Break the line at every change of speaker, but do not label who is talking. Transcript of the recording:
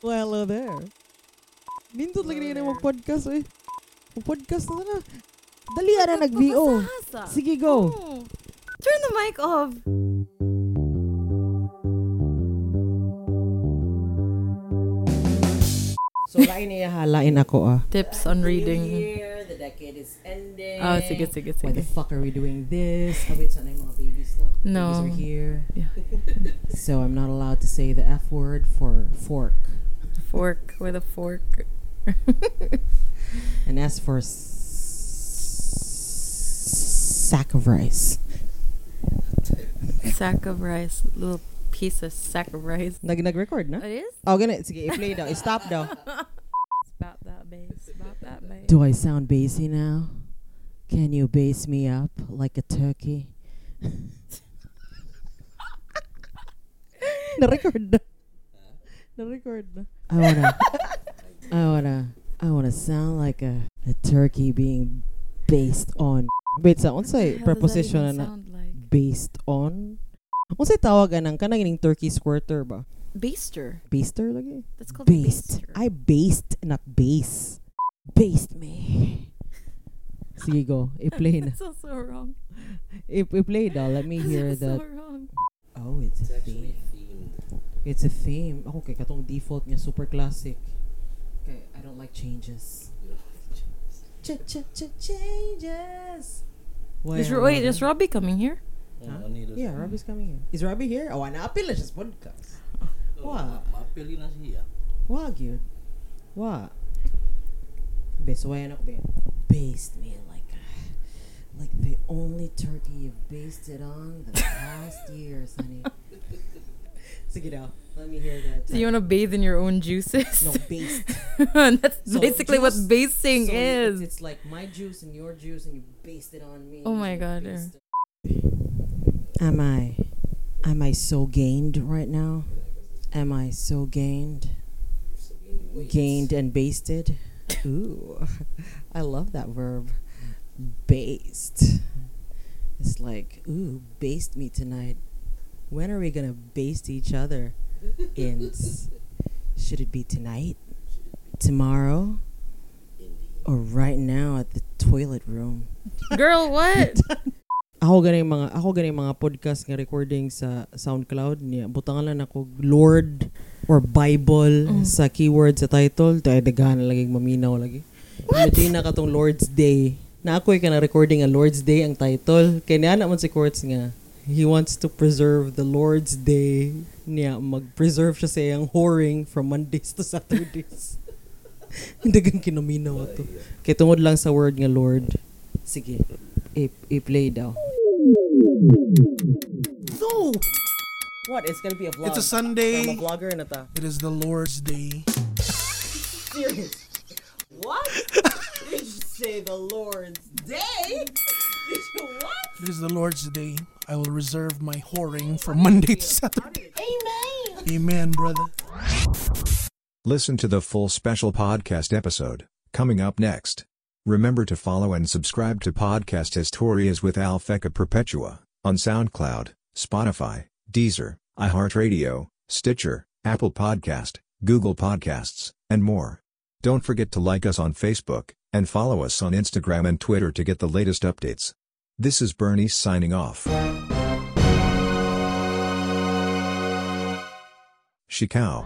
Well, hello there. Nindot lagi na yung mag-podcast eh. Mag-podcast na na. Dali na nag-VO.
Hasa.
Sige, go.
Hmm. Turn the mic off.
So, lain niya halain ako ah.
Tips on reading.
year, the decade is ending.
Oh, sige, sige,
Why the
sige.
fuck are we doing this? Oh, wait, so na yung mga babies no?
No.
Babies are here.
Yeah.
so, I'm not allowed to say the F word for fork.
Fork with a fork.
And S for s- sack of rice.
Sack of rice. Little piece of sack of rice.
Nag nag-record na?
It is?
Oh, ganun. Sige, i-play daw. I-stop daw.
Spot that bass. Spot that bass.
Do I sound bassy now? Can you bass me up like a turkey?
Na-record na. Na-record na.
I wanna, I wanna, I wanna sound like a, a turkey being based on. Wait, sa unsay eh, preposition na na
sound like?
based on? Unsay tawagan ng kanang ining turkey squirter ba?
Baster.
Baster lagi?
That's called
Based.
baster.
I based, not base. Based me. Sige go, i-play na.
That's also wrong.
I- I-play daw, let me hear
That's
that.
also wrong.
Oh, it's a theme. It's a theme. Ako kay katong default niya super classic. Okay, I don't like changes. Ch ch ch changes. Why
Is,
am I
wait,
not-
is Robbie coming here?
Huh? Yeah, Robbie's coming here. Is Robbie here? Oh, ana apil na siya sa podcast. Wa.
Mapili na siya.
Wa gyud. Wa. Bes, why ako ba? Based me like like the only turkey you've based it on the past years, honey. Sige daw. Let me hear that.
So you want to bathe in your own juices?
No, based.
That's
So
basically what
juice-
basting
So it-
is.
It's like my juice and your juice, and you based it on me.
Oh my God,
Am I, am I so gained right now? Am I so gained? Gained and basted. Ooh, I love that verb, based. It's like ooh, based me tonight. When are we gonna baste each other? In s- should it be tonight, tomorrow, or right now at the toilet room?
Girl, what?
ako ganay mga ako ganay mga podcast nga recording sa SoundCloud niya butangan lang ako Lord or Bible sa keyword sa title tay daghan na lagi maminaw lagi Mati na katong Lord's Day na ako ka na recording ang Lord's Day ang title kay niya man si Courts nga he wants to preserve the Lord's Day niya mag-preserve siya sa iyang whoring from Mondays to Saturdays dagang kinaminaw ato kay tungod lang sa word nga Lord sige i- i-play daw. No! What? It's gonna be a vlog.
It's a
I'm a
Sunday.
vlogger na ta.
It is the Lord's day.
Serious? What? Did you say the Lord's day? Did you what?
It is the Lord's day. I will reserve my whoring for Monday to Saturday. Amen. Amen, brother.
Listen to the full special podcast episode coming up next. Remember to follow and subscribe to Podcast Historias with Alfeca Perpetua on SoundCloud, Spotify, Deezer, iHeartRadio, Stitcher, Apple Podcast, Google Podcasts, and more. Don't forget to like us on Facebook and follow us on Instagram and Twitter to get the latest updates. This is Bernie signing off. Shikau.